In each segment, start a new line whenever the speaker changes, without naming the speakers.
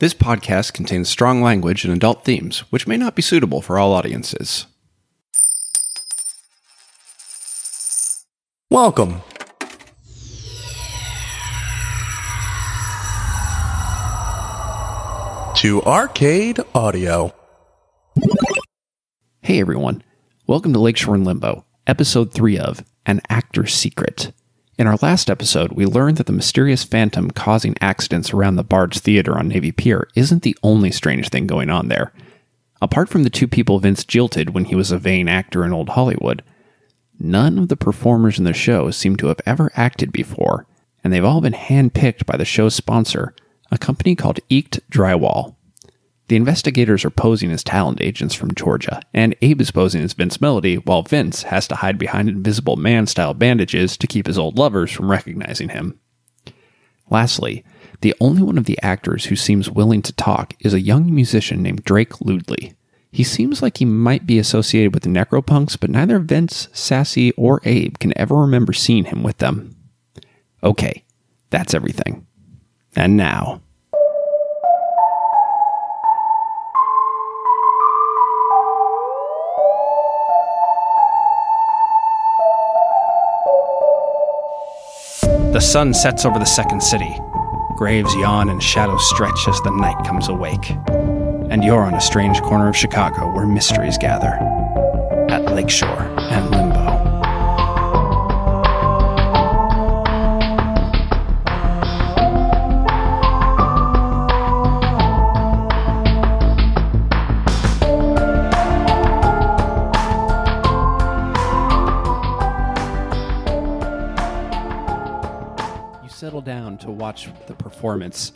This podcast contains strong language and adult themes, which may not be suitable for all audiences.
Welcome. To Arcade Audio.
Hey everyone, welcome to Lakeshore in Limbo, episode 3 of An Actor's Secret. In our last episode, we learned that the mysterious phantom causing accidents around the Bard's Theater on Navy Pier isn't the only strange thing going on there. Apart from the two people Vince jilted when he was a vain actor in old Hollywood, none of the performers in the show seem to have ever acted before, and they've all been handpicked by the show's sponsor, a company called Eeked Drywall. The investigators are posing as talent agents from Georgia, and Abe is posing as Vince Melody, while Vince has to hide behind invisible man style bandages to keep his old lovers from recognizing him. Lastly, the only one of the actors who seems willing to talk is a young musician named Drake Ludley. He seems like he might be associated with the Necropunks, but neither Vince, Sassy, or Abe can ever remember seeing him with them. Okay, that's everything. And now. The sun sets over the second city. Graves yawn and shadows stretch as the night comes awake. And you're on a strange corner of Chicago where mysteries gather at Lakeshore and Limbo. You settle down to watch the performance,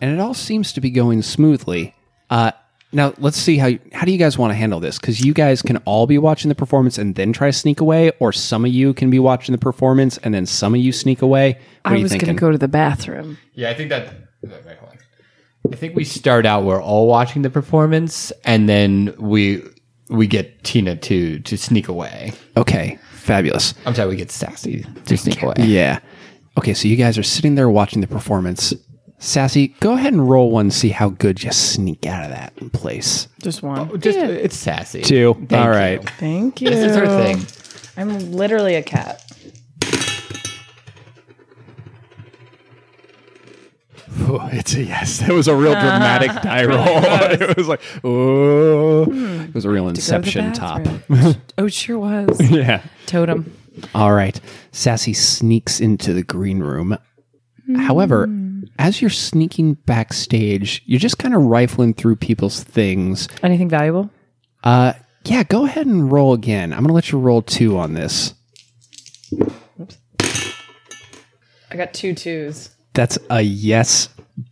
and it all seems to be going smoothly. Uh, now let's see how how do you guys want to handle this? Because you guys can all be watching the performance and then try to sneak away, or some of you can be watching the performance and then some of you sneak away. What are
I
you
was
thinking?
going to go to the bathroom.
Yeah, I think that. wait, hold on. I think we start out. We're all watching the performance, and then we we get Tina to to sneak away.
okay, fabulous.
I'm sorry, we get Sassy to sneak away.
Yeah. Okay, so you guys are sitting there watching the performance. Sassy, go ahead and roll one, see how good you sneak out of that place.
Just one.
Just it's Sassy.
Two.
Thank
All
you.
right.
Thank you.
This is her thing.
I'm literally a cat.
Oh, it's a yes. That was a real dramatic die roll. it was like, oh.
It was a real inception top.
oh, it sure was.
Yeah.
Totem.
All right. Sassy sneaks into the green room. However, as you're sneaking backstage, you're just kind of rifling through people's things.
Anything valuable?
Uh, yeah, go ahead and roll again. I'm going to let you roll two on this.
I got two twos
That's a yes,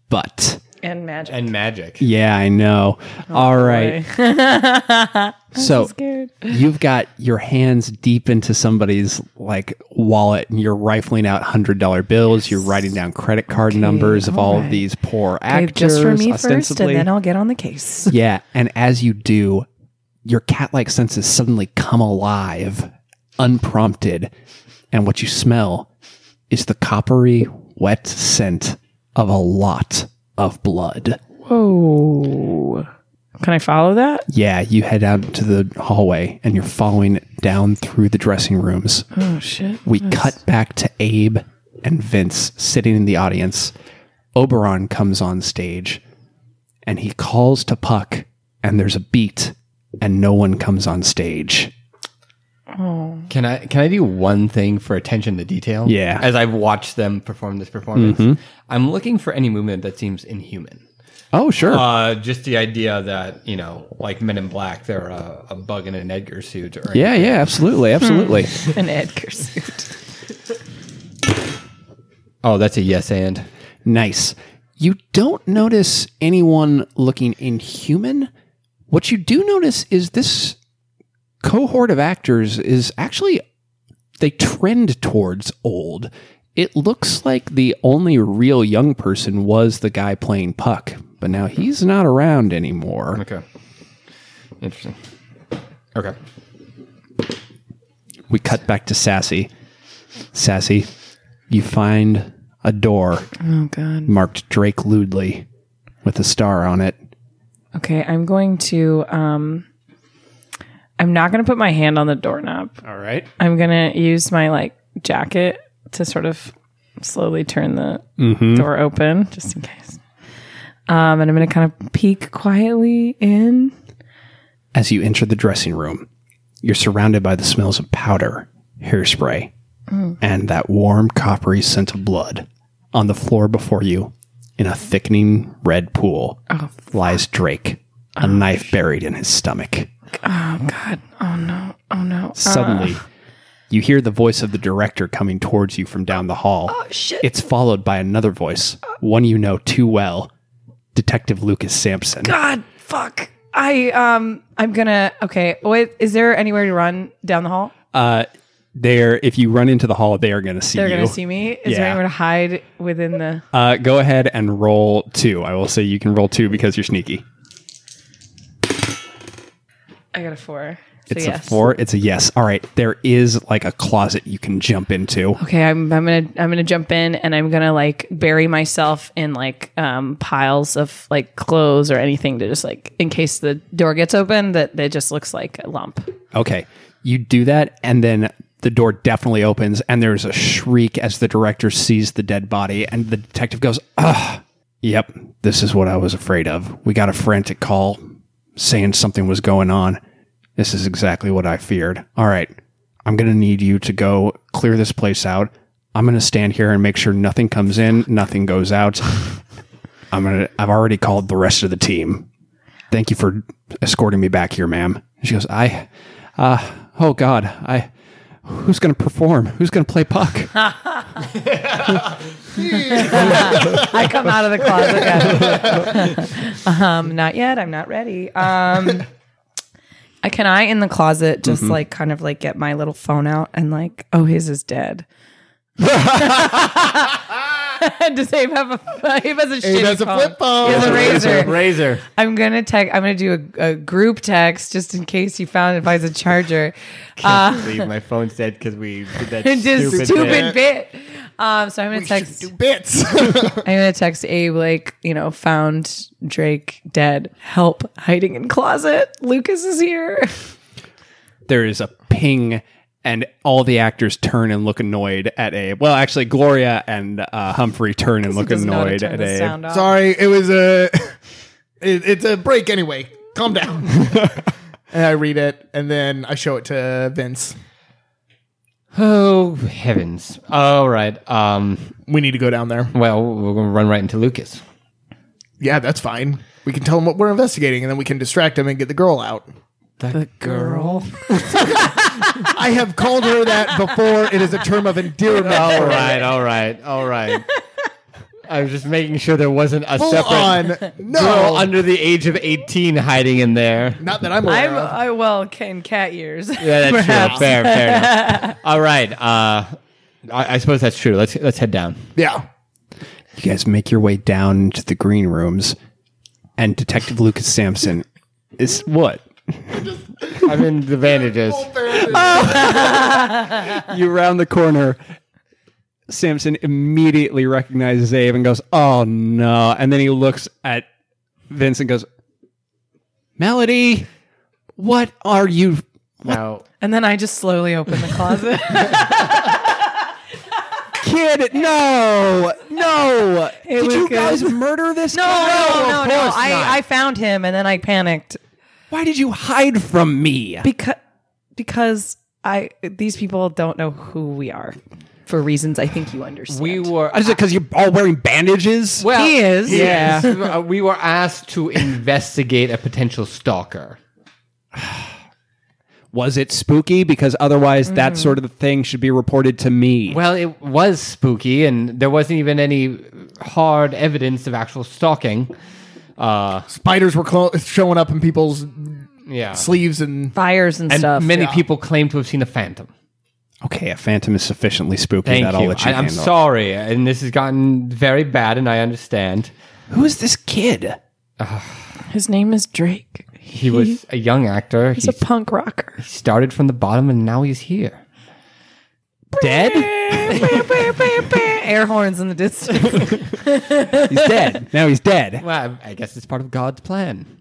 but.
and magic.
And magic.
Yeah, I know. All
Oh,
right. so
scared.
you've got your hands deep into somebody's like wallet and you're rifling out hundred dollar bills, you're writing down credit card numbers of all of
alright.
these poor
Babe,
actors.
just for me
ostensibly.
first, and then I'll get on the case.
Yeah, and as you do, your cat like senses suddenly come alive, unprompted, and what you smell is the coppery, wet scent of a lot of blood.
Whoa. Can I follow that?
Yeah, you head out into the hallway and you're following it down through the dressing rooms.
Oh, shit.
We cut back to Abe and Vince sitting in the audience. Oberon comes on stage and he calls to Puck, and there's a beat, and no one comes on stage.
Can I can I do one thing for attention to detail?
Yeah. Mm-hmm.
As I've watched them perform this performance, I'm looking for any movement that seems inhuman.
Oh, sure.
Uh, just the idea that you know, like Men in Black, they're a, a bug in an Edgar suit, or
yeah, yeah, absolutely, absolutely.
An Edgar suit.
Oh, that's a yes and.
Nice. You don't notice anyone looking inhuman. What you do notice is this cohort of actors is actually they trend towards old. It looks like the only real young person was the guy playing Puck, but now he's not around anymore.
Okay. Interesting. Okay.
We cut back to Sassy. Sassy, you find a door
Oh, God.
marked Drake Ludley. with a star on it.
Okay, I'm going to. Um, I'm not going to put my hand on the doorknob.
All right.
I'm going to use my like jacket to sort of slowly turn the
Mm-hmm.
door open just in case. Um, and I'm going to kind of peek quietly in.
As you enter the dressing room, you're surrounded by the smells of powder, hairspray, and that warm coppery scent of blood. On the floor before you, in a thickening red pool,
Oh,
lies Drake, a knife buried in his stomach.
God, oh no, oh no.
Suddenly, you hear the voice of the director coming towards you from down the hall. Oh, shit. It's followed by another voice, one you know too well, Detective Lucas Sampson.
God, fuck. I um, I'm gonna. Okay, wait. Is there anywhere to run down the hall?
There, Uh, if you run into the hall, they are going to see
They're
you.
gonna see me. Is
Yeah.
there anywhere to hide within the?
Uh, go ahead and roll two. I will say you can roll two because you're sneaky.
I got a four. So
It's
yes.
a four. It's a yes. All right. There is like a closet you can jump into.
Okay, I'm I'm gonna I'm gonna jump in and I'm gonna like bury myself in like um piles of like clothes or anything to just like in case the door gets open that it just looks like a lump.
Okay. You do that, and then the door definitely opens, and there's a shriek as the director sees the dead body, and the detective goes, Ugh. Yep. This is what I was afraid of. We got a frantic call saying something was going on. This is exactly what I feared. All right. I'm going to need you to go clear this place out. I'm going to stand here and make sure nothing comes in, nothing goes out. I'm going to I've already called the rest of the team thank you for escorting me back here, ma'am. And she goes, I, uh, oh God, I, who's going to perform? Who's going to play puck?
I come out of the closet. yeah. um, not yet. I'm not ready. Um, I- can I in the closet just like kind of like get my little phone out and like, oh, his is dead. Does Abe have a Abe has a shitty phone.
phone.
He has a razor.
Razor.
I'm gonna text. I'm gonna do a, a group text just in case he found if I was a charger.
Can't believe my phone's dead because we did that
Just
Uh, stupid,
stupid,
bit.
bit. Um, so I'm gonna text.
bits.
I'm gonna text Abe like, you know, found Drake dead. Help hiding in closet. Lucas is here.
there is a ping and all the actors turn and look annoyed at a, well, actually Gloria and uh, Humphrey turn and look
Doesn't know how to
annoyed
turn
at
the
a,
sound off.
Sorry, it was a. It, it's a break anyway. Calm down. and I read it, and then I show it to Vince.
oh heavens! All right. Um.
We need to go down there.
Well, we're gonna run right into Lucas.
Yeah, that's fine. We can tell him what we're investigating, and then we can distract him and get the girl out.
The girl.
I have called her that before. It is a term of endearment.
All right. All right. All right. I was just making sure there wasn't a
Full
separate
on. No.
girl under the age of eighteen hiding in there.
Not that I'm aware
I'm uh,
of.
I well can cat years.
Yeah, that's true. Fair, fair enough. All right. Uh, I, I suppose that's true. Let's let's head down.
Yeah.
you guys make your way down into the green rooms and Detective Lucas Sampson is what?
I'm in the bandages.
you round the corner. Samson immediately recognizes Abe and goes, "Oh no!" And then he looks at Vince and goes, "Melody, what are you?"
Now,
and then I just slowly open the closet.
Kid, no, no! Did you
Lucas.
guys murder this?
no,
guy?
no, no,
of
no.
course
I,
not.
I found him and then I panicked.
Why did you hide from me?
Because because I these people don't know who we are for reasons I think you understand.
we were.
Is it because you're all wearing bandages?
Well,
He is.
Yeah. Uh, we were asked to investigate a potential stalker.
Was it spooky? Because otherwise, that sort of thing should be reported to me.
Mm-hmm. Well, it was spooky, and there wasn't even any hard evidence of actual stalking. Uh,
Spiders were clo- showing up in people's
yeah.
sleeves and
fires and,
and
stuff.
many people claim to have seen a phantom.
okay, a phantom is sufficiently spooky.
Thank
that I'll
you.
let you
I, I'm
handle.
sorry, and this has gotten very bad, and I understand.
Who is this kid?
His name is Drake.
He was a young actor.
He's
He
a punk rocker.
started from the bottom, and now he's here.
Dead?
air horns in the distance.
He's dead. Now he's dead.
Well, I guess it's part of God's plan.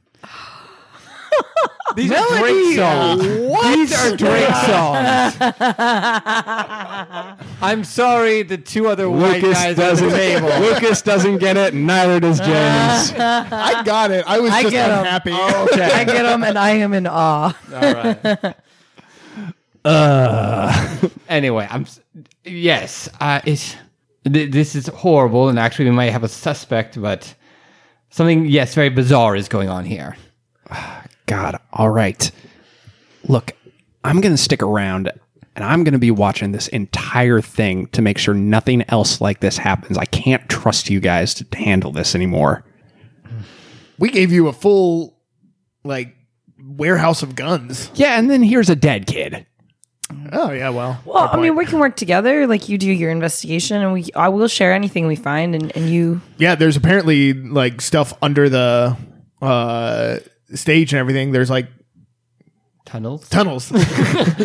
These are Drake songs. These are Drake songs.
I'm sorry, the two other white
Lucas
guys at the
doesn't.
table.
Lucas doesn't get it. and Neither does
Ah.
James.
I got it. I was
Uh, I
just
get 'em.
unhappy.
I get them and I am in awe.
Anyway, I'm s- yes, uh, it's th- this is horrible, and actually we might have a suspect, but something yes, very bizarre is going on here.
God. All right. Look, I'm going to stick around and I'm going to be watching this entire thing to make sure nothing else like this happens. I can't trust you guys to handle this anymore.
We gave you a full, like, warehouse of guns.
Yeah, and then here's a dead kid.
Oh, yeah, well.
Well, I mean, we can work together. Like you do your investigation, and we I will share anything we find, and, and you.
Yeah, there's apparently, like, stuff under the uh, stage and everything. There's, like,
Tunnels.
tunnels.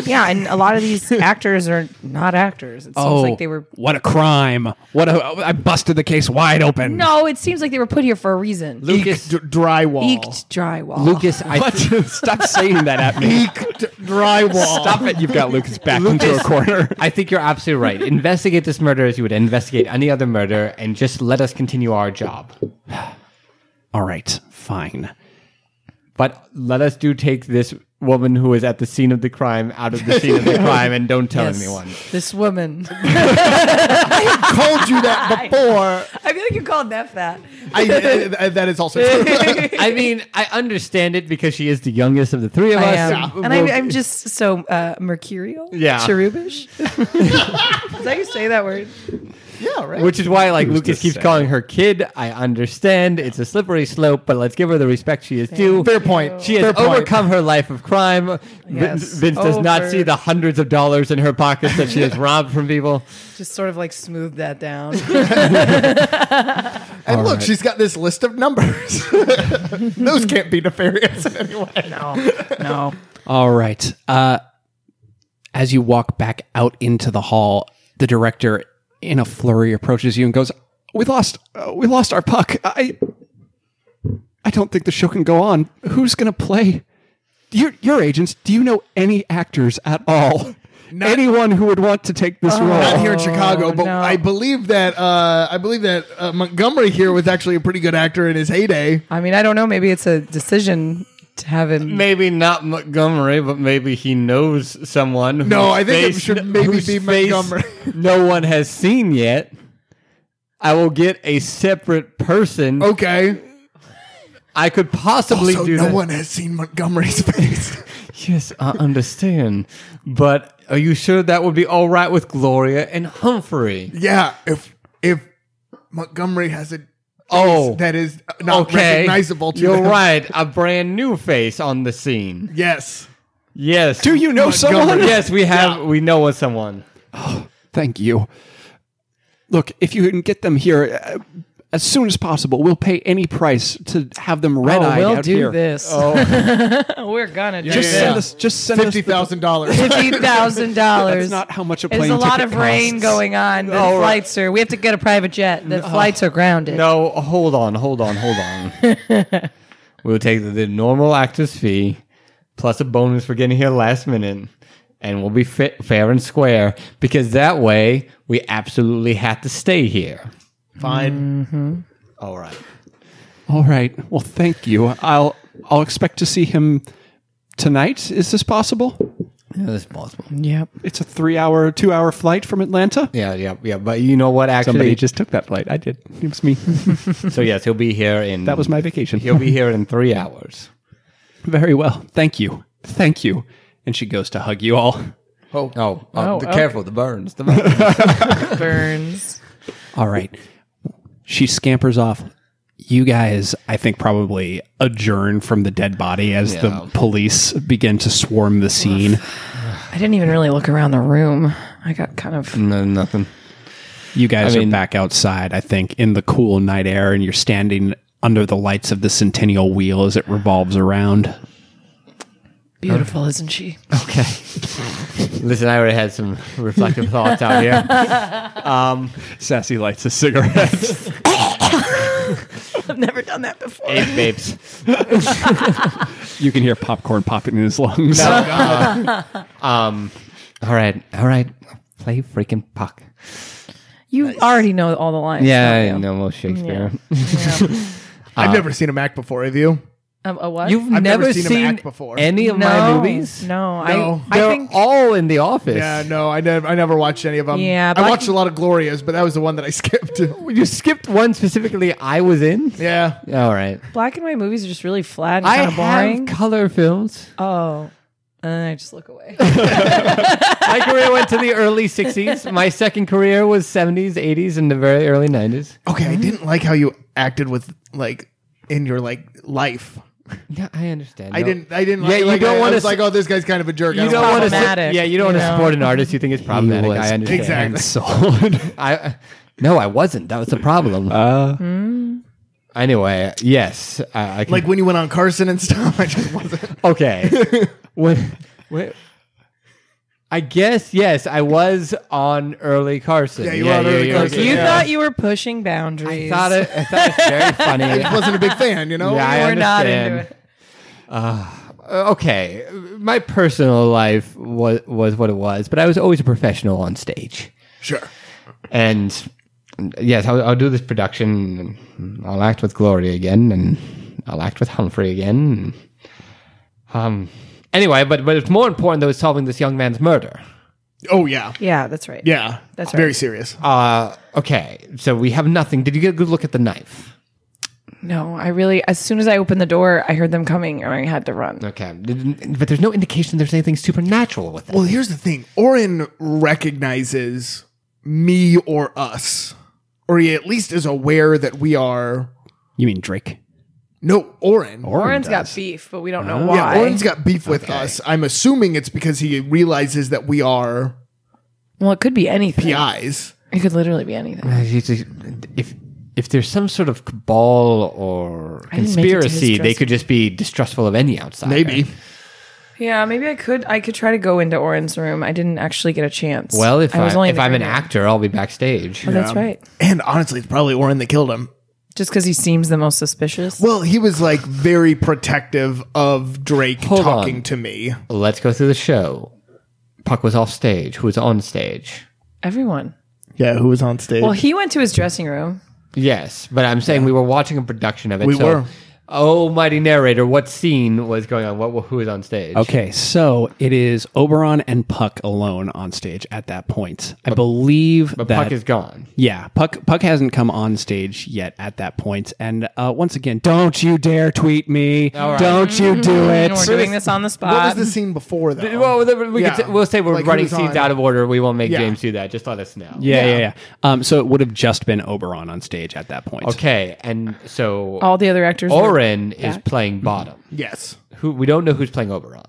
Yeah, and a lot of these actors are not actors. It seems
Oh.
like they were.
What a crime! What a I busted the case wide open.
No, it seems like they were put here for a reason.
Lucas.
D- drywall.
Eeked drywall.
Lucas. I
What? Stop saying that at me.
Eeked drywall.
Stop it! You've got Lucas back into a corner.
I think you're absolutely right. investigate this murder as you would investigate any other murder, and just let us continue our job.
All right, fine.
But let us do take this woman who is at the scene of the crime out of the scene of the crime, and don't tell
Yes.
anyone.
This woman.
Told you that before.
I feel like you called Neff that.
I, I- that is also true.
I mean, I understand it because she is the youngest of the three of
I
us.
am. And I'm, I'm just so uh, mercurial.
Yeah.
Cherubish. Is that how you say that word?
yeah, right.
Which is why, like, Lucas
to
keeps
say?
calling her kid. I understand it's a slippery slope, but let's give her the respect she is due.
Fair point.
She has
Fair point.
overcome her life of crime. Vin-
Yes.
Vince does not
Over.
see the hundreds of dollars in her pockets that she has robbed from people.
Just sort of like smooth that down.
And look, she's got this list of numbers. Those can't be nefarious in any way.
no, no.
All right. Uh, as you walk back out into the hall, the director, in a flurry, approaches you and goes, "We lost. Uh, we lost our puck. I. I don't think the show can go on. Who's going to play? Your your agents? Do you know any actors at all? Anyone who would want to take this role?
Not here in Chicago, but
Oh, no.
I believe that uh, I believe that uh, Montgomery here was actually a pretty good actor in his heyday.
I mean, I don't know. Maybe it's a decision to have him.
Maybe not Montgomery, but maybe he knows someone.
No,
whose
I think it should maybe
whose
be
face
Montgomery.
no one has seen yet. I will get a separate person.
Okay,
I could possibly
so
do
Oh. no
that.
one has seen Montgomery's face.
Yes, I understand. But are you sure that would be all right with Gloria and Humphrey?
yeah, if if Montgomery has a face
Oh,
that is not
okay.
recognizable to
You're
them.
right. A brand new face on the scene.
Yes,
Yes.
Do you know someone?
Yes, we have. We know of someone.
Thank you. Look, if you can get them here uh, as soon as possible, we'll pay any price to have them red eyed
Oh, we'll
out
do
here. Oh.
this. We're gonna do
Just
Yeah.
send us. Just send
fifty
us.
thousand dollars.
fifty thousand dollars.
That's not how much a plane
There's a lot
ticket
of rain
costs.
going on. The flights are. We have to get a private jet. The flights are grounded.
No, hold on, hold on, hold on. we'll take the, the normal actor's fee plus a bonus for getting here last minute, and we'll be fit, fair and square because that way we absolutely have to stay here. Mm-hmm.
Fine.
All right.
All right. Well, thank you. I'll I'll expect to see him tonight. Is this possible?
Yeah, that's possible.
Yep.
It's a three-hour, two-hour flight from Atlanta.
Yeah, yeah, yeah. But you know what? Actually,
Somebody just took that flight. I did. It was me.
so yes, he'll be here in.
That was my vacation.
He'll be here in three hours.
Very well. Thank you. Thank you. And she goes to hug you all.
Oh, oh,
Oh,
the-
okay.
careful! The burns. The burns.
Burns.
All right. She scampers off. You guys, I think, probably adjourn from the dead body as the police begin to swarm the scene.
I didn't even really look around the room. I got kind of.
no, nothing.
You guys are
I mean-
back outside, I think, in the cool night air, and you're standing under the lights of the centennial wheel as it revolves around.
Beautiful, isn't she?
Okay. Listen, I already had some reflective thoughts out here. Um,
Sassy lights a cigarette.
I've never done that before.
ape babes.
you can hear popcorn popping in his lungs.
Um, all right, all right. Play freaking puck.
You already know all the lines.
Yeah,
don't you?
no more Shakespeare.
Yeah.
I've never seen him act before. Have you?
Um, a what?
You've
I've
never,
never
seen,
seen him act before.
any of
no,
my movies?
No, I,
They're
No.
I think
all in the office.
Yeah, no, I never, I never watched any of them.
Yeah, but
I
I
watched
can-
a lot of Glorias, but that was the one that I skipped.
You skipped one specifically I was in.
yeah,
All right.
black and white movies are just really flat and
I
kind of
have
boring.
color films.
oh, and I just look away.
My career went to the early 60s. My second career was 70s, 80s, and the very early 90s.
okay, I didn't like how you acted with like in your like life.
Yeah, I understand.
I
No.
didn't, I didn't.
Yeah,
like,
you
like,
don't
I, I
wanna
was
s-
like, oh, this guy's kind of a jerk. I
You
don't
don't
like
want to.
him.
Problematic,
yeah, you
you
don't want to
know?
support an artist you think is problematic. I understand.
Exactly.
Solid.
I, no, I wasn't. That was the problem. Anyway, yes, I, I can,
like when you went on Carson and stuff. I just wasn't.
okay. when, when, I guess yes, I was on early Carson.
Yeah, you were on early Carson,
you
Yeah.
thought you were pushing
I
boundaries.
thought it. I thought it was very funny.
I wasn't a big fan, you know.
Yeah, I
you were not
understand.
into it.
Uh, okay, my personal life was was what it was, but I was always a professional on stage.
sure.
and yes, I'll, I'll do this production. And I'll act with Glory again, and I'll act with Humphrey again. and, um. Anyway, but but it's more important though is solving this young man's murder.
Oh yeah,
Yeah, that's right.
yeah.
That's
very
right.
serious.
Uh, okay, so we have nothing. Did you get a good look at the knife?
No, I really. As soon as I opened the door, I heard them coming, and I had to run.
Okay, Didn't- but there's no indication there's anything supernatural with it.
Well, here's the thing. Orin recognizes me or us, or he at least is aware that we are.
You mean Drake?
No, Orin.
Warren's got
does.
beef, but we don't know why.
Yeah, Orin's got beef with us. I'm assuming it's because he realizes that we are
well, it could be anything.
PIs.
It could literally be anything.
Uh, you just- If if there's some sort of cabal or
I didn't make it to his
conspiracy, they
dressing
could just be distrustful of any outsider.
Maybe.
Yeah, maybe I could. I could try to go into Orin's room. I didn't actually get a chance.
Well, if, I
was only in
if
the
I'm an
green room.
actor, I'll be backstage.
Oh, that's right.
And honestly, it's probably Orin that killed him.
Just because he seems the most suspicious.
Well, he was like very protective of Drake
Hold
talking
on.
to me.
Let's go through the show. Puck was off stage. Who was on stage?
Everyone.
Yeah, who was on stage?
Well, he went to his dressing room.
Yes, but I'm saying we were watching a production of it.
We
so,
were.
Oh, mighty narrator! What scene was going on? What? Who was on stage?
Okay, so it is Oberon and Puck alone on stage at that point. I believe
But
that
Puck is gone.
yeah, Puck Puck hasn't come on stage yet at that point. And uh, once again, don't you dare tweet me! Don't you do it!
Mm-hmm.
We're doing this on the
what was
spot.
the scene before though?
Well, we
Yeah.
could, we'll say we're
Like, who
running
was
scenes
on?
out of order. We won't make
Yeah.
James do that. Just let us know.
Yeah, yeah, yeah. Um, so it would have just been Oberon on stage at that point.
Okay, and so
All the other actors. were-
Oren is playing bottom.
yes.
Who we don't know who's playing Oberon.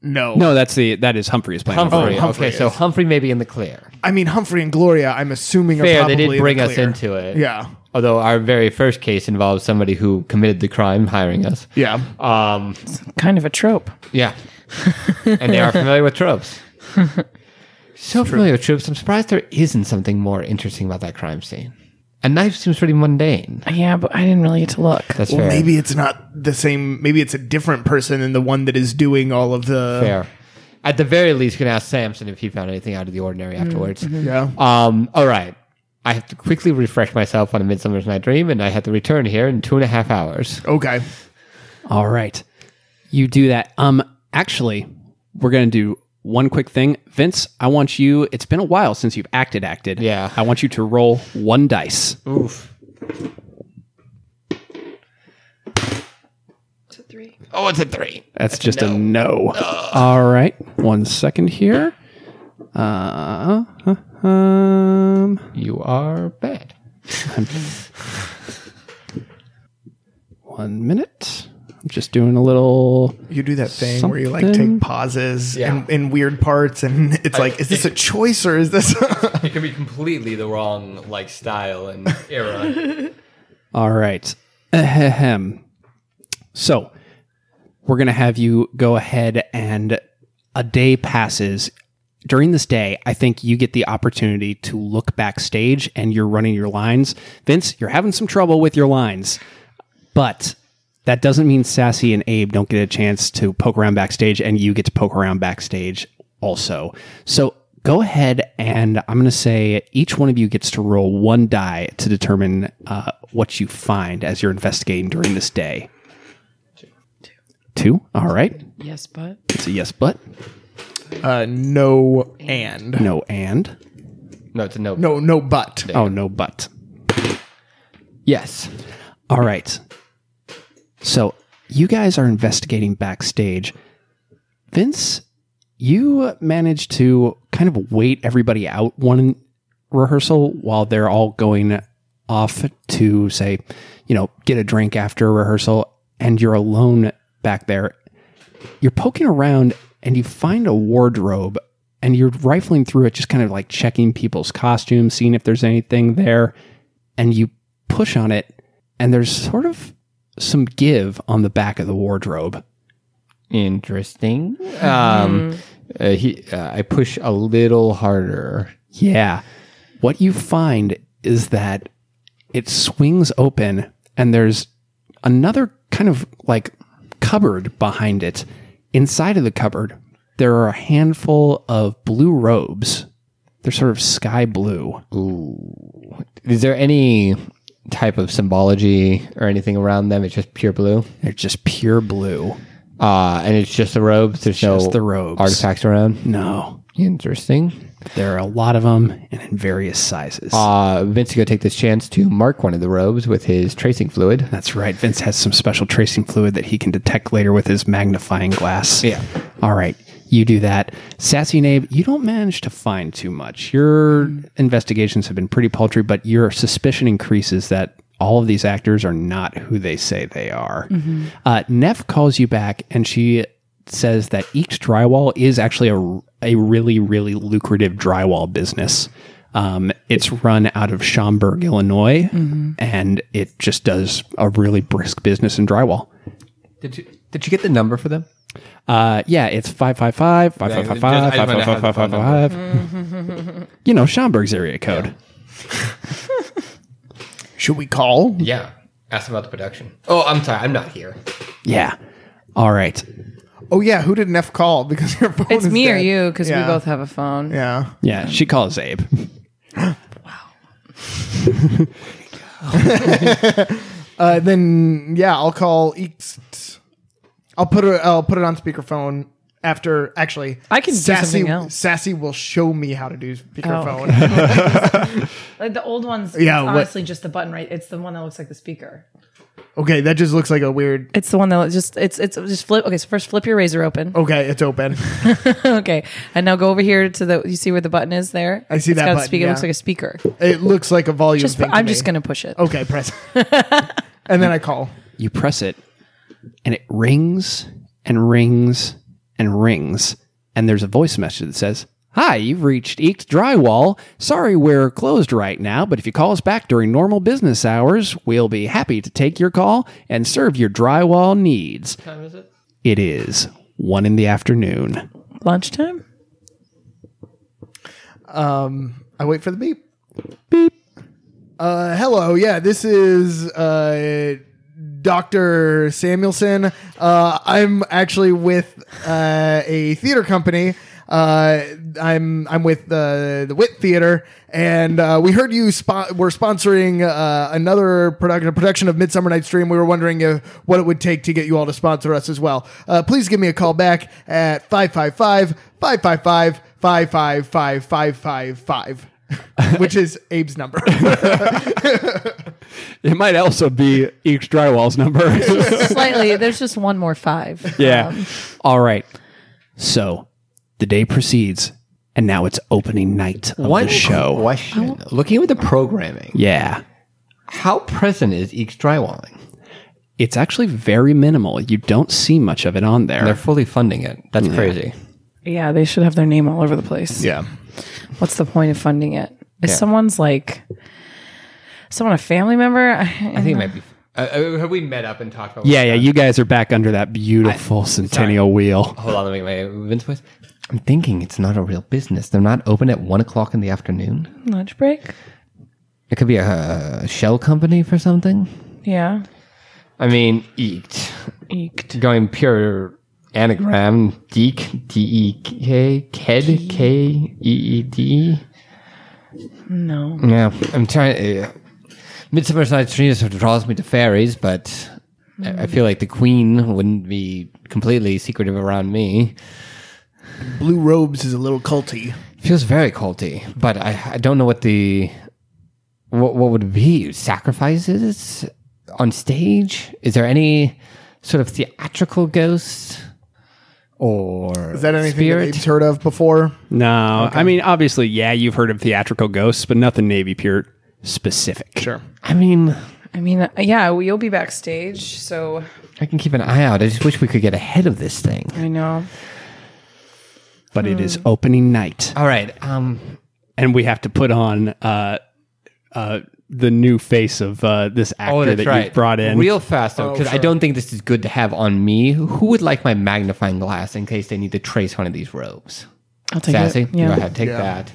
No.
No, that's the that is Humphrey is playing.
Humphrey.
Oberon.
Oh, Humphrey
okay, so
is.
Humphrey may be in the clear.
I mean, Humphrey and Gloria, I'm assuming are
Fair,
probably
they
in
did
the
bring us
clear.
into it.
Yeah.
although our very first case involves somebody who committed the crime hiring us.
Yeah.
Um,
Kind of a trope.
yeah. and they are familiar with tropes. So familiar with tropes, I'm surprised there isn't something more interesting about that crime scene. A knife seems pretty mundane.
Yeah, but I didn't really get to look.
That's
Well,
fair.
maybe it's not the same. Maybe it's a different person than the one that is doing all of the.
fair. At the very least, you can ask Samson if he found anything out of the ordinary
Mm-hmm.
afterwards.
Yeah.
Um, all right. I have to quickly refresh myself on A Midsummer's Night Dream, and I have to return here in two and a half hours.
Okay.
All right. You do that. Um actually, we're going to do one quick thing. Vince, I want you it's been a while since you've acted acted.
Yeah.
I want you to roll one dice.
Oof.
It's a three.
Oh, it's a three.
That's just a no. All right. One second here. Uh, huh, um
You are bad.
one minute. I'm just doing a little
You do that thing where you like
Something.
take pauses
Yeah.
in, in weird parts, and it's like, is this a choice or is this?
It could be completely the wrong like style and era.
All right. Ahem. So we're going to have you go ahead and a day passes during this day, I think you get the opportunity to look backstage and you're running your lines. Vince, you're having some trouble with your lines, but that doesn't mean Sassy and Abe don't get a chance to poke around backstage and you get to poke around backstage also. So go ahead and I'm going to say each one of you gets to roll one die to determine uh, what you find as you're investigating during this day. Two. All right.
Yes, but
It's a yes, but
Uh, no and.
no, and
No, it's a no.
No, no but.
oh, no, but.
Yes.
All right. So you guys are investigating backstage. Vince, you managed to kind of wait everybody out one rehearsal while they're all going off to, say, you know, get a drink after a rehearsal, and you're alone back there. You're poking around and you find a wardrobe and you're rifling through it, just kind of like checking people's costumes, seeing if there's anything there. And you push on it, and there's sort of some give on the back of the wardrobe.
Interesting.
Mm-hmm.
Um, uh, he, uh, I push a little harder.
Yeah. What you find is that it swings open and there's another kind of like cupboard behind it. Inside of the cupboard, there are a handful of blue robes. They're sort of sky blue.
Is there any type of symbology or anything around them? It's just pure blue.
They're just pure blue.
Uh, and it's just the robes. There's
Just
no
the robes.
artifacts around.
No,
Interesting.
there are a lot of them and in various sizes.
Uh, Vince go take this chance to mark one of the robes with his tracing fluid.
That's right. Vince has some special tracing fluid that he can detect later with his magnifying glass.
Yeah.
All right. You do that. Sassy and Abe, you don't manage to find too much. Your investigations have been pretty paltry, but your suspicion increases that all of these actors are not who they say they are. Uh, Neff calls you back and she says that Eeks Drywall is actually a, a really, really lucrative drywall business. Um, it's run out of Schaumburg, Illinois, and it just does a really brisk business in drywall.
Did you did you get the number for them?
Uh, yeah, it's 555, 555,
I just wanted to have the phone
555. You know, Schaumburg's area code.
Should we call?
Yeah. Ask them about the production. Oh, I'm sorry. I'm not here.
Yeah. All right.
Oh yeah, who did Neff call? Because your phone
it's
is
me or
dead.
you because
Yeah.
we both have a phone.
Yeah.
Yeah, she calls Abe.
Uh, then yeah, I'll call Eekst. I'll put it. I'll put it on speakerphone after. Actually,
I can do
Sassy.
something else. Oh,
Sassy will show me how to do speakerphone.
Like the old ones,
Yeah,
it's
what-
honestly just the button right. It's the one that looks like the speaker.
okay, that just looks like a weird.
It's the one that just it's it's just flip. Okay, so first flip your razor open.
Okay, it's open.
okay, and now go over here to the. You see where the button is there?
I see
It's
that
got a
button,
speaker. It looks
yeah.
like a speaker.
It looks like a volume
Just
thing. to
I'm
me. Oh.
just gonna push it.
Okay, press. and then I call.
You press it, and it rings and rings and rings. And there's a voice message that says, Hi, you've reached Eeked Drywall. Sorry we're closed right now, but if you call us back during normal business hours, we'll be happy to take your call and serve your drywall needs. time is it? It is one in the afternoon.
Lunchtime.
I wait for the beep. Beep. Uh, hello. Yeah, this is uh, Dr. Samuelson. Uh, I'm actually with uh, a theater company. Uh, I'm I'm with the the Wit Theater, and uh, we heard you spo- were sponsoring uh, another production a production of Midsummer Night's Dream. We were wondering if, what it would take to get you all to sponsor us as well. Uh, please give me a call back at 555 555 555 which is Abe's number.
It might also be each drywall's number.
Slightly. There's just one more five.
yeah. All right. So the day proceeds, and now it's opening night of the show.
question. Looking at the programming,
Yeah.
how present is each drywalling?
It's actually very minimal. You don't see much of it on there.
They're fully funding it. That's crazy.
Yeah, they should have their name all over the place.
Yeah.
What's the point of funding it? If
Yeah.
someone's like someone a family member,
I think it might be. Uh, uh, have we met up and talked about?
yeah, yeah. You guys are back under that beautiful centennial wheel.
Hold on. Let me make my Vince voice. I'm thinking it's not a real business. They're not open at one o'clock in the afternoon.
Lunch break?
It could be a, a shell company for something.
Yeah.
I mean, eeked.
Eeked.
Going pure anagram, deek, D E K, ked, K E E D.
No.
Yeah, I'm trying. Uh, Midsummer's Night's Dream sort of draws me to fairies, but I, I feel like the queen wouldn't be completely secretive around me.
Blue robes is a little culty.
feels very culty, but I, I don't know what the what what would it be sacrifices on stage. Is there any sort of theatrical ghosts or
Is that anything that
spirit?
Abe's heard of before?
No, I mean obviously, yeah, you've heard of theatrical ghosts, but nothing Navy Pier specific. Sure.
I mean,
I mean, uh, yeah, well, you'll be backstage, so
I can keep an eye out. I just wish we could get ahead of this thing.
I know.
But it is opening night,
All right, um,
and we have to put on uh, uh, the new face of uh, this actor
oh, that's
that
right.
you've brought in.
real fast
Oh,
though, because I
sure.
don't think this is good to have on me. Who would like my magnifying glass in case they need to trace one of these robes?
I'll take
Sassy,
it. Yeah.
go ahead, take that.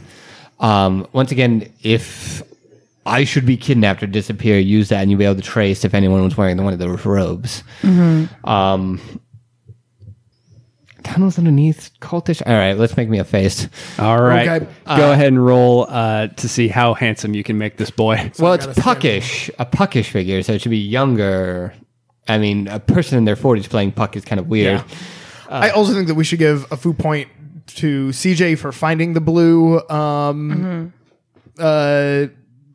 Um, once again, if I should be kidnapped or disappear, use that and you'll be able to trace if anyone was wearing one of those robes.
Mm-hmm.
Um, tunnels underneath, cultish. All right, let's make me a face.
All right,
Okay.
go ahead and roll uh, to see how handsome you can make this boy.
well, it's puckish, a puckish figure, so it should be younger. I mean, a person in their 40s playing puck is kind of weird.
I also think that we should give a foo point to CJ for finding the blue um, uh,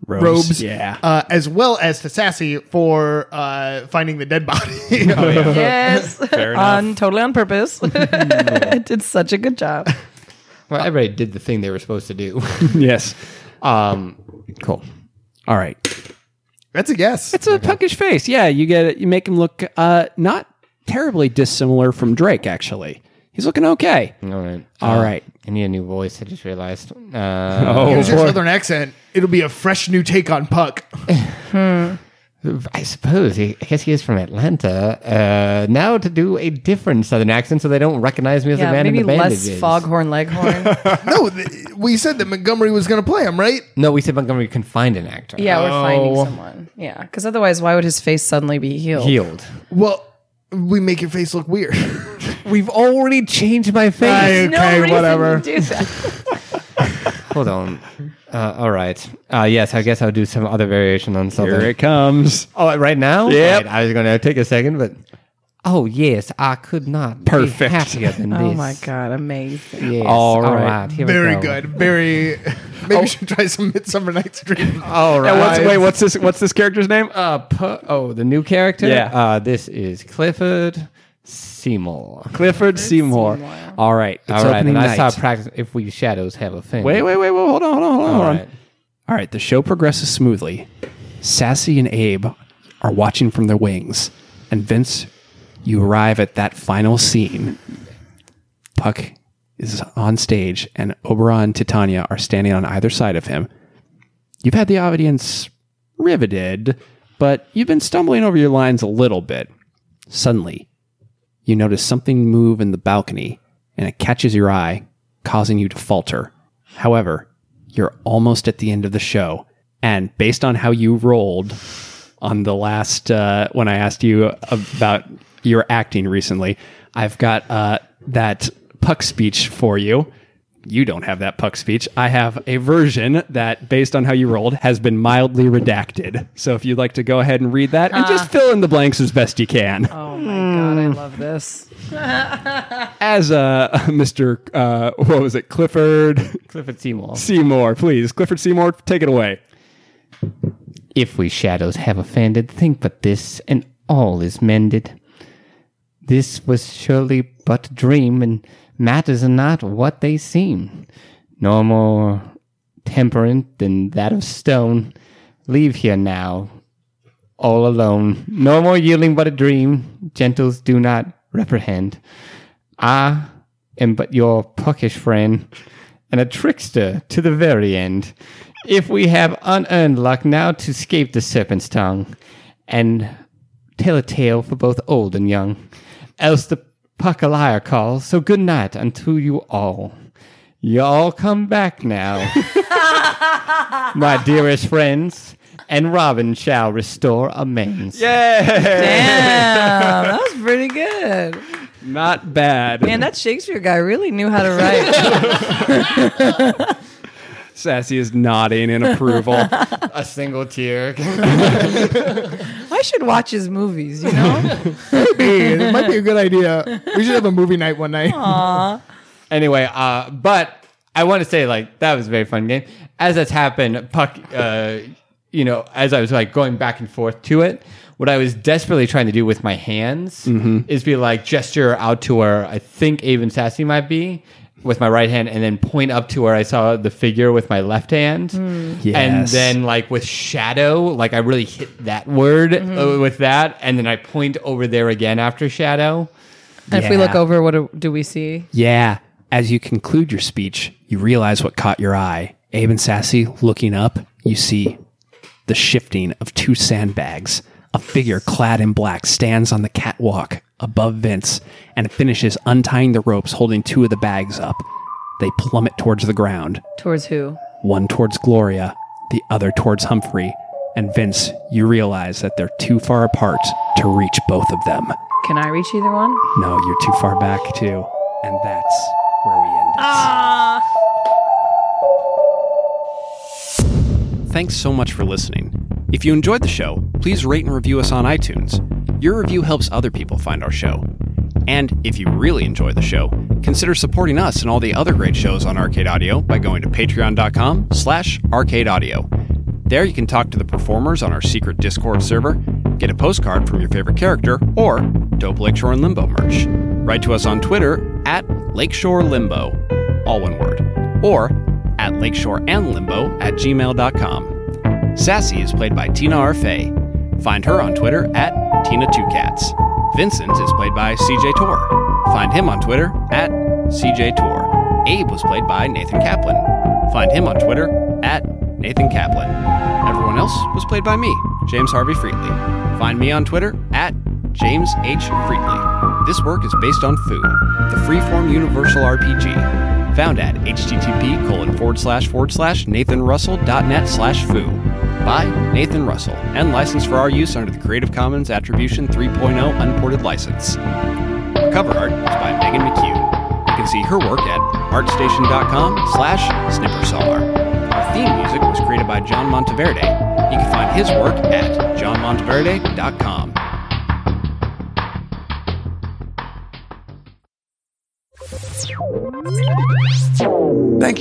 robes,
Yeah.
uh, as well as to Sassy for uh, finding the dead body.
Yes. on totally on purpose. I did such a good job. Uh,
Well, everybody did the thing they were supposed to do.
yes.
um, cool.
All right.
That's a guess.
It's a puckish face. Yeah, you get it. You make him look uh, not terribly dissimilar from Drake. Actually, he's looking okay.
All right.
All right.
I need a new voice. I just realized. Uh,
Use your southern accent. It'll be a fresh new take on Puck.
I suppose. He, I guess he is from Atlanta. Uh, now to do a different Southern accent so they don't recognize me as
Yeah,
the man
maybe
in the
less
bandages.
foghorn leghorn.
no, th- we said that Montgomery was going to play him, right?
No, we said Montgomery can find an actor.
yeah, we're finding someone. Yeah, because otherwise, why would his face suddenly be healed?
Oh. Healed.
Well, we make your face look weird.
We've already changed my face.
There's no
Okay,
reason
whatever.
to do that.
Hold on. Uh, all right. Uh, yes, I guess I'll do some other variation on Southern.
Here it comes.
Oh, right now?
Yep.
All right, I was going to take a second, but. Oh, yes, I could not be
Perfect.
happier than this.
Oh my god, amazing!
Yes.
All right.
here we
Very
go.
good. Very. Maybe we should try some Midsummer Night's Dream.
All right.
And what's, wait, what's this? What's this character's name?
Uh, pu- oh, the new character.
Yeah.
Uh, this is Clifford Seymour.
Clifford Seymour.
Seymour.
All right, it's
All right,
opening
and I
night.
saw practice. If we shadows have a thing.
wait, wait, wait, wait. Hold on, hold on, hold on.
All
hold on.
right.
All right, the show progresses smoothly. Sassy and Abe are watching from their wings, and Vince, you arrive at that final scene. Puck is on stage, and Oberon and Titania are standing on either side of him. You've had the audience riveted, but you've been stumbling over your lines a little bit. Suddenly, you notice something move in the balcony and it catches your eye, causing you to falter. However, you're almost at the end of the show. And based on how you rolled on the last, uh, when I asked you about your acting recently, I've got uh, that puck speech for you. You don't have that puck speech. I have a version that, based on how you rolled, has been mildly redacted. So if you'd like to go ahead and read that and just fill in the blanks as best you can
Oh my god, I love this.
as uh, Mr. Uh, what was it, Clifford
Clifford Seymour.
Seymour? Please, Clifford Seymour, take it away.
If we shadows have offended, think but this, and all is mended. This was surely but a dream, and matters are not what they seem. No more temperate than that of stone. Leave here now, all alone. No more yielding but a dream. Gentles do not reprehend. I am but your puckish friend, and a trickster to the very end. If we have unearned luck now to scape the serpent's tongue, and tell a tale for both old and young, else the Puckalaya calls, so good night unto you all. Y'all come back now, my dearest friends, and Robin shall restore amends.
Yeah.
Damn, that was pretty good.
Not bad.
Man, that Shakespeare guy really knew how to write.
Sassy is nodding in approval.
A single tear.
I should watch his movies, you know?
Maybe. it might be a good idea. We should have a movie night one night.
Aw.
anyway, uh, but I want to say like that was a very fun game. As that's happened, Puck, uh, you know, as I was like going back and forth to it, what I was desperately trying to do with my hands is be like gesture out to where I think Avon Sassy might be with my right hand, and then point up to where I saw the figure with my left hand, and
Yes.
then like with shadow, like I really hit that word uh, with that, and then I point over there again after shadow.
And if we look
Yeah.
over, what do- do we see?
Yeah. As you conclude your speech, you realize what caught your eye. Abe and Sassy looking up, you see the shifting of two sandbags. A figure clad in black stands on the catwalk above Vince and finishes untying the ropes holding two of the bags up. They plummet towards the ground,
Towards who?
one towards Gloria, the other towards Humphrey. And Vince, you realize that they're too far apart to reach both of them.
Can I reach either one?
No, you're too far back, too. And that's where we end it.
Thanks so much for listening. If you enjoyed the show, please rate and review us on iTunes. Your review helps other people find our show. And if you really enjoy the show, consider supporting us and all the other great shows on Arcade Audio by going to patreon.com slash arcadeaudio. There you can talk to the performers on our secret Discord server, get a postcard from your favorite character, or dope Lakeshore and Limbo merch. Write to us on Twitter at Lakeshore Limbo, all one word, or at lakeshoreandlimbo at gmail.com. Sassy is played by Tina Arfay. Find her on Twitter at Tina2Cats. Vincent is played by CJ Tor. Find him on Twitter at CJ Tor. Abe was played by Nathan Kaplan. Find him on Twitter at Nathan Kaplan. Everyone else was played by me, James Harvey Freetley. Find me on Twitter at James H. Freetley. This work is based on Food, the freeform universal RPG found at http colon forward slash forward slash nathanrussell.net slash foo by nathan russell and licensed for our use under the creative commons attribution 3.0 unported license our cover art is by megan mccune you can see her work at artstation.com slash snippersolar our theme music was created by john monteverde you can find his work at johnmonteverde.com
Thank